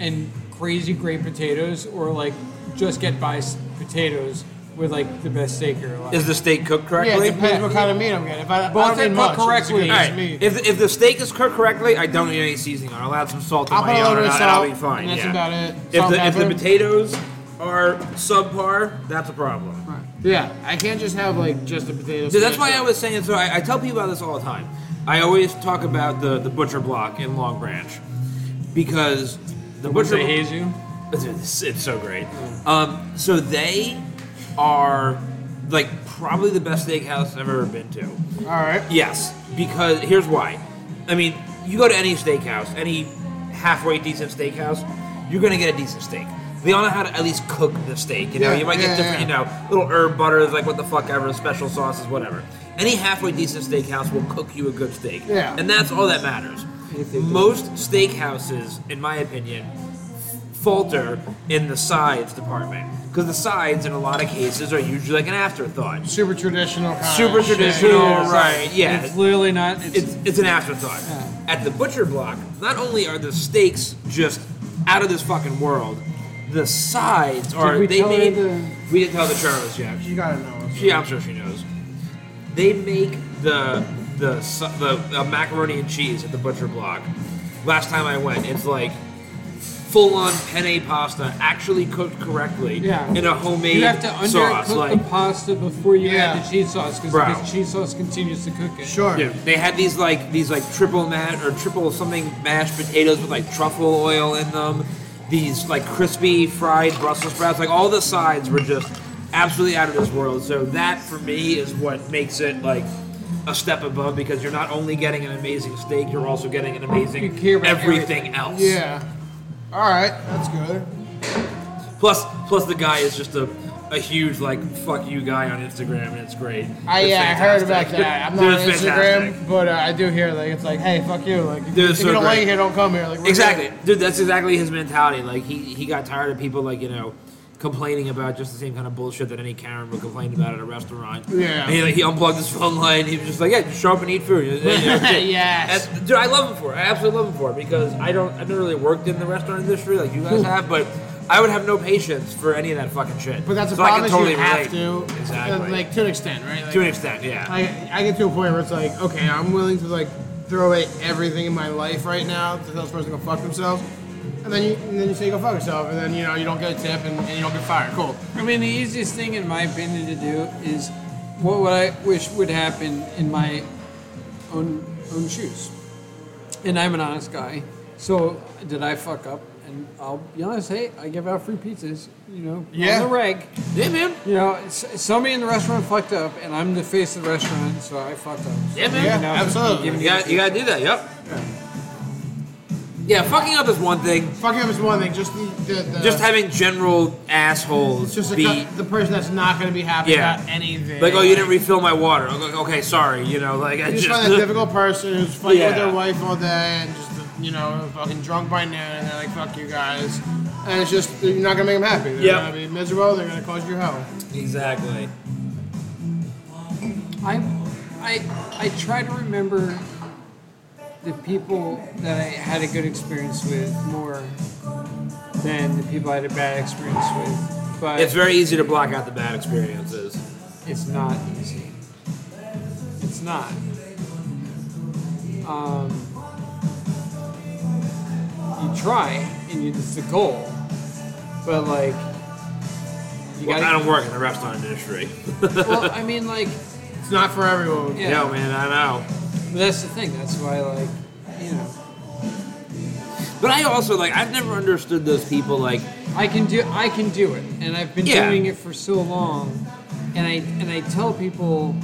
and crazy great potatoes, or like just get by s- potatoes with like the best steak you're alive? is the steak cooked Yeah, correctly? it depends what kind of meat I'm getting. If I, if Well, I if don't they need cook much, it's correctly. good All as right. meat. If, if the steak is cooked correctly, I don't need any seasoning on. it. I'll add some salt to I'll put a my own, little and bit of I'll, salt. I'll be fine. and that's yeah. about it. If Salt, the, if the pepper. potatoes are subpar, that's a problem. yeah, I can't just have like just the potatoes. So that's why I was saying. So I, I tell people about this all the time. I always talk about the, the butcher block in Long Branch because the butcher they haze you? It's, it's, it's so great. Um, so they are like probably the best steakhouse I've ever been to. All right. Yes, because here's why. I mean, you go to any steakhouse, any halfway decent steakhouse, you're gonna get a decent steak. They all know how to at least cook the steak. You know, Yeah, you might yeah, get different, you know, little herb butters, like what the fuck ever, special sauces, whatever. Any halfway decent steakhouse will cook you a good steak. Yeah. and that's all that matters. Most steakhouses, in my opinion, falter in the sides department because the sides, in a lot of cases, are usually like an afterthought. Super traditional. Kind Super of shit. traditional, Yeah. right? Yeah, Oh, It's literally not. It's, it's, it's an afterthought. At the butcher block, not only are the steaks just out of this fucking world, the sides are we they tell her made. the- We didn't tell the churros yet. You gotta know. She, I'm sure she knows. They make the the su- the uh, macaroni and cheese at the butcher block. Last time I went, it's like full on penne pasta, actually cooked correctly Yeah. in a homemade you have to undercook sauce. Like the pasta before you Yeah. add the cheese sauce Bro. because cheese sauce continues to cook it. Sure. Yeah, they had these like these like triple mash or triple something mashed potatoes with like truffle oil in them. These like crispy fried Brussels sprouts, like all the sides were just absolutely out of this world. So that for me is what makes it like a step above because you're not only getting an amazing steak, you're also getting an amazing You care about everything else. Yeah. All right. That's good. Plus, plus the guy is just a, a huge like fuck you guy on Instagram, and it's great. I It's yeah, I heard about fantastic. that. I'm not on It's fantastic. Instagram, but uh, I do hear like it's like, hey, fuck you. Like if, Dude, if it's you so don't like great. it here, don't come here. Like we're Exactly, dude. That's exactly his mentality. Like he, he got tired of people like you know complaining about just the same kind of bullshit that any Karen would complain about at a restaurant. Yeah. And he, like, he unplugged his phone line. He was just like, yeah, just show up and eat food. You know, shit. Yes. And, dude, I love him for it. I absolutely love him for it because I don't I've never really worked in the restaurant industry like you guys have, but I would have no patience for any of that fucking shit. But that's a so problem. I can is totally you have relate. to, Exactly. uh, like to an extent, right? Like, to an extent, yeah. I, I get to a point where it's like, okay, I'm willing to like throw away everything in my life right now to tell this person to go fuck themselves, and then you and then you say go fuck yourself, and then you know you don't get a tip and, and you don't get fired. Cool. I mean, the easiest thing, in my opinion, to do is what, what I wish would happen in my own own shoes. And I'm an honest guy, so did I fuck up? And I'll be honest. Hey, I give out free pizzas. You know, Yeah. on the reg. Yeah, man. You know, s- somebody in the restaurant fucked up, and I'm the face of the restaurant, so I fucked up. Yeah, man. Yeah, You know, absolutely. giving You got you gotta do that. Yep. Yeah, fucking up is one thing. Fucking up is one thing. Just the, the, the Just having general assholes it's just be the, cu- the person that's not going to be happy Yeah. about anything. like, oh, you didn't refill my water. I'm like, okay, sorry. You know, like I You just, just find that difficult person who's fighting with Yeah. their wife all day and just you know fucking drunk by noon, and they're like, "Fuck you guys," and it's just you're not gonna make them happy. They're Yep. gonna be miserable. They're gonna cause you hell. exactly. I, I, I try to remember the people that I had a good experience with more than the people I had a bad experience with. But It's it's, very easy to block out the bad experiences. not easy. It's not. Um, you try, and you, it's the goal. But like, you Well, gotta. I don't work in the restaurant industry. well, I mean, like, It's not for everyone. yeah. No, man, I know. But that's the thing. That's why, like, you know. But I also like I've never understood those people like I can do I can do it, and I've been Yeah. doing it for so long, and I and I tell people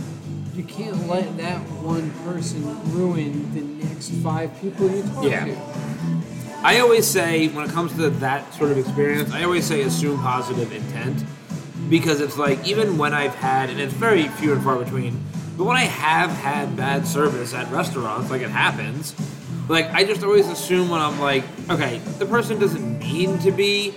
you can't let that one person ruin the next five people you talk Yeah. to. I always say when it comes to that sort of experience, I always say assume positive intent because it's like even when I've had and it's very few and far between, but when I have had bad service at restaurants, like it happens, like I just always assume when I'm like, okay, the person doesn't mean to be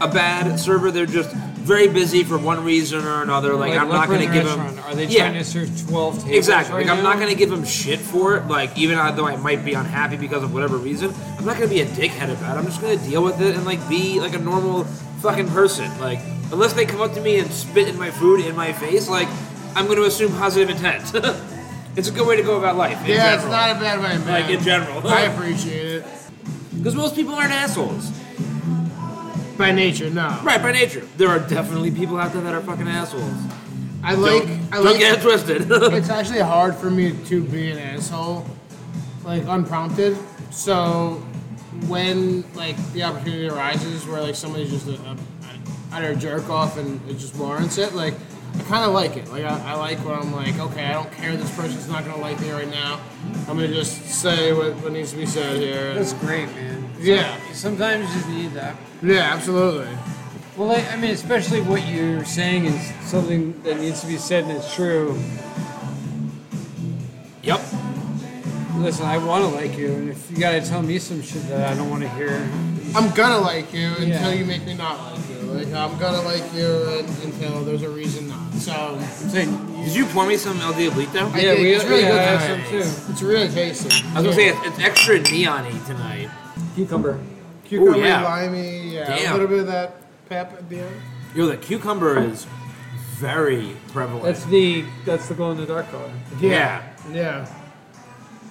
a bad server, they're just very busy for one reason or another. Like, I'm look not around going to the give restaurant. them. Are they Yeah. trying to serve twelve tables? Exactly. right Like, I'm not now? going to give him shit for it. Like, even though I might be unhappy because of whatever reason, I'm not going to be a dickhead about it. I'm just going to deal with it and, like, be, like, a normal fucking person. Like, unless they come up to me and spit in my food, in my face, like, I'm going to assume positive intent. it's a good way to go about life. in Yeah, it's general. not a bad way, man. Like, in general. I appreciate it. Because most people aren't assholes. By nature, no. Right, by nature. There are definitely people out there that are fucking assholes. I like. don't, I don't like. get it twisted. it's actually hard for me to be an asshole, like unprompted. So when like the opportunity arises where like somebody's just a, a, either a jerk off and it just warrants it, like I kind of like it. Like I, I like when I'm like, okay, I don't care. This person's not gonna like me right now. I'm gonna just say what, what needs to be said here. and- That's great, man. yeah, Sometimes you need that. yeah, absolutely. Well, I, I mean, especially what you're saying is something that needs to be said and it's true. yep. Listen, I want to like you, and if you gotta tell me some shit that I don't want to hear, I'm gonna like you until Yeah. you make me not like you. Like I'm gonna like you un until there's a reason not. So. I'm saying Did you pour me some LD Oblito? I Yeah, think we- it's really yeah, I good have tonight. some too. It's really tasty. I was gonna say it's, it's extra neon-y tonight. cucumber. cucumber Ooh, yeah. limey, yeah, Damn. a little bit of that pep at the end. Yo, the cucumber is very prevalent. That's the that's the glow in the dark color. yeah. Yeah,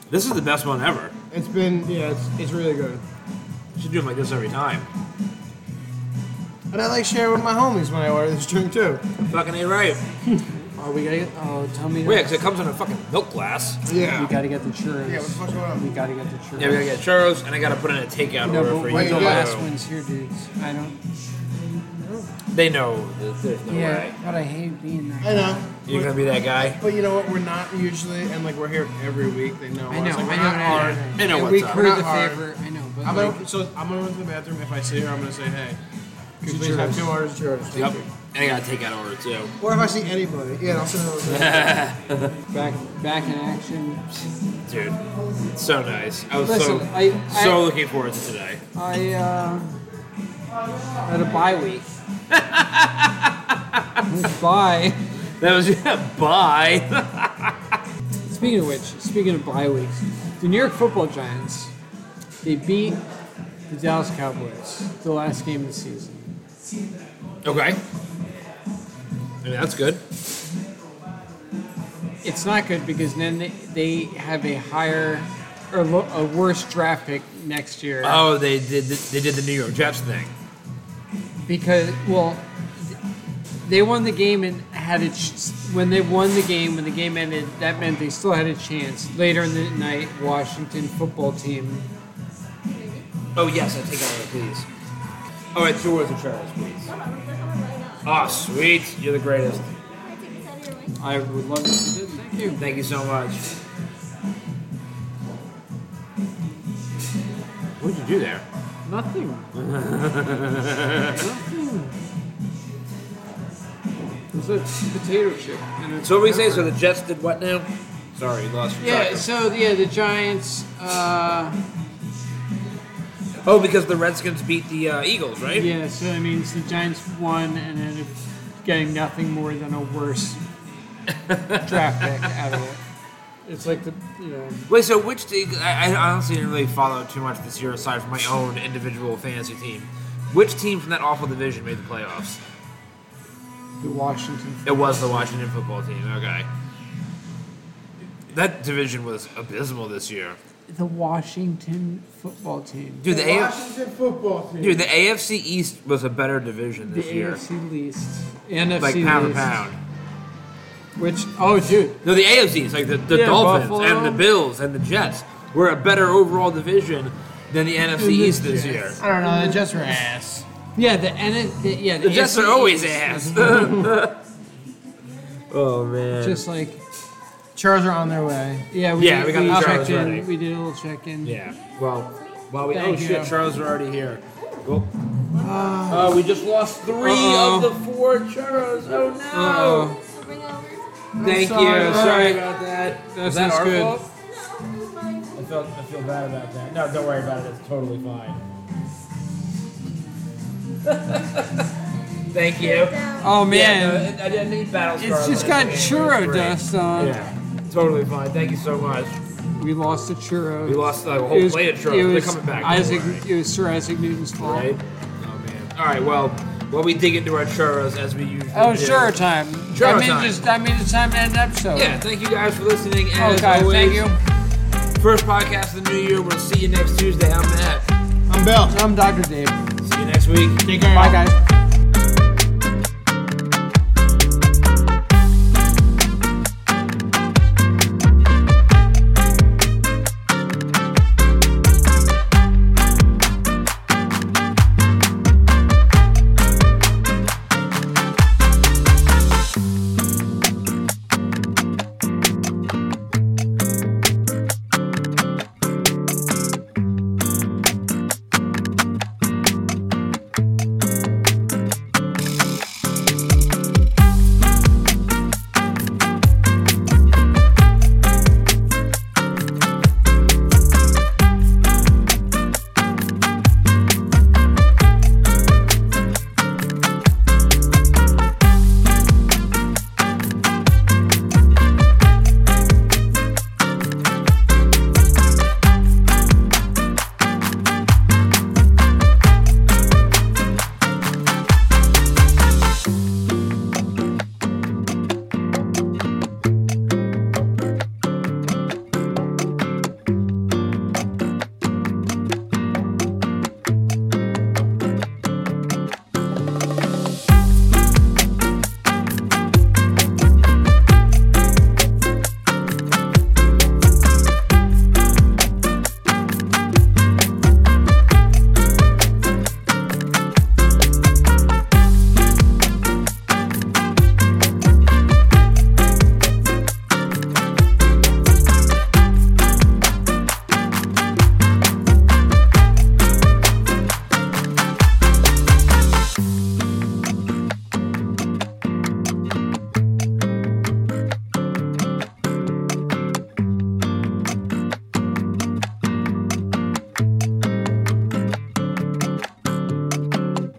This is the best one ever. it's been yeah, it's, it's really good. You should do them like this every time. And I like sharing with my homies when I order this drink too. Fucking ain't right. Oh, we gotta. Get, oh, tell me. Yeah, because it comes in a fucking milk glass. We Yeah. gotta get the churros. Yeah, what the fuck's going on? We gotta get the churros. Yeah, we gotta get churros, and I gotta put in a takeout No, order but for we're you. the Yeah. last ones here, dudes. I don't. They know that there's no yeah, way. but I hate being that. I know. You're but, gonna be that guy. but you know what? We're not usually, and like we're here every week. They know. I us. know. Like, we're I know. not I hard. know. They know And what's we up. curry Not the hard. favor. I know, but I'm like, gonna, so I'm gonna run to the bathroom. If I see her, I'm gonna say, "Hey, could you Two please have churros. two orders of churros?" Thank Yep. you. And I got a takeout order too. Or if I see anybody, yeah, I'll send them. over. back back in action. Dude, it's so nice. I was Listen, so I- I- so looking forward to today. I uh, had a bye week. bye. That was yeah. Bye. Speaking of which, speaking of bye weeks, the New York Football Giants, they beat the Dallas Cowboys, the last game of the season. Okay. I mean, that's good. It's not good because then they, they have a higher or lo- a worse draft pick next year Oh, they did. They did the New York Jets thing. because well th- they won the game and had a ch- when they won the game when the game ended that meant they still had a chance later in the night Washington football team Oh yes, I take that away, please. All right, two words of Charles, please. Come on, come on, right now. Ah, sweet. You're the greatest. Can I take this out of your way? I would love to see this thank you Thank you so much. What did you do there? nothing nothing it's a potato chip and it's So what we say? So the Jets did what now? Sorry, lost. track yeah of- so yeah the Giants uh Oh, because the Redskins beat the uh, Eagles, right? Yeah, so that means the Giants won and ended up getting nothing more than a worse draft pick out of it. It's like the you know Wait, so which team? I, I honestly didn't really follow too much this year aside from my own individual fantasy team. Which team from that awful division made the playoffs? the Washington. It was the Washington football team. Okay. That division was abysmal this year. The Washington football team. Dude, the, The AFC, Washington football team. dude, the AFC East was a better division The this year. AFC least, NFC like pound for least, pound. Which oh dude, No, the AFC East, like the, the Yeah, Dolphins Buffalo. and the Bills and the Jets, were a better overall division than the NFC East this year. I don't know. The Jets were ass. yeah the N the, yeah the, The Jets AFC are always East ass. was oh man. Just like Charles are on their way. yeah we Yeah, did, we got the checked Charles in ready. we did a little check in Yeah. Well, while we Thank oh shit, you. Charles are already here. Well, uh, we just lost 3 Uh-oh. of the four Charles. Oh no. oh I'll bring it over. Thank sorry. you. Sorry Alright. about that. That Is that sounds our good. fault? No, this is mine. I feel, I feel bad about that. No, don't worry about it. It's totally fine. Thank you. oh man. Yeah, no, I didn't need battle scar It's just on got it. churro Great. dust on. Yeah, totally fine. Thank you so much. We lost the churro. We lost like, a whole It was- plate of it churros. They're was coming back. don't Isaac, worry. it was Sir Isaac Newton's fault. Right? Oh man. All right. Well, while we dig into our churros as we usually Oh, do. churro time. Churro I mean, time. Just, I mean, it's time to end the episode. Yeah. Thank you guys for listening. As Oh, guys, always, thank you. First podcast of the new year. We'll see you next Tuesday. I'm Matt. I'm Bill. I'm Dr. Dave. See you next week. Take care. Bye, guys.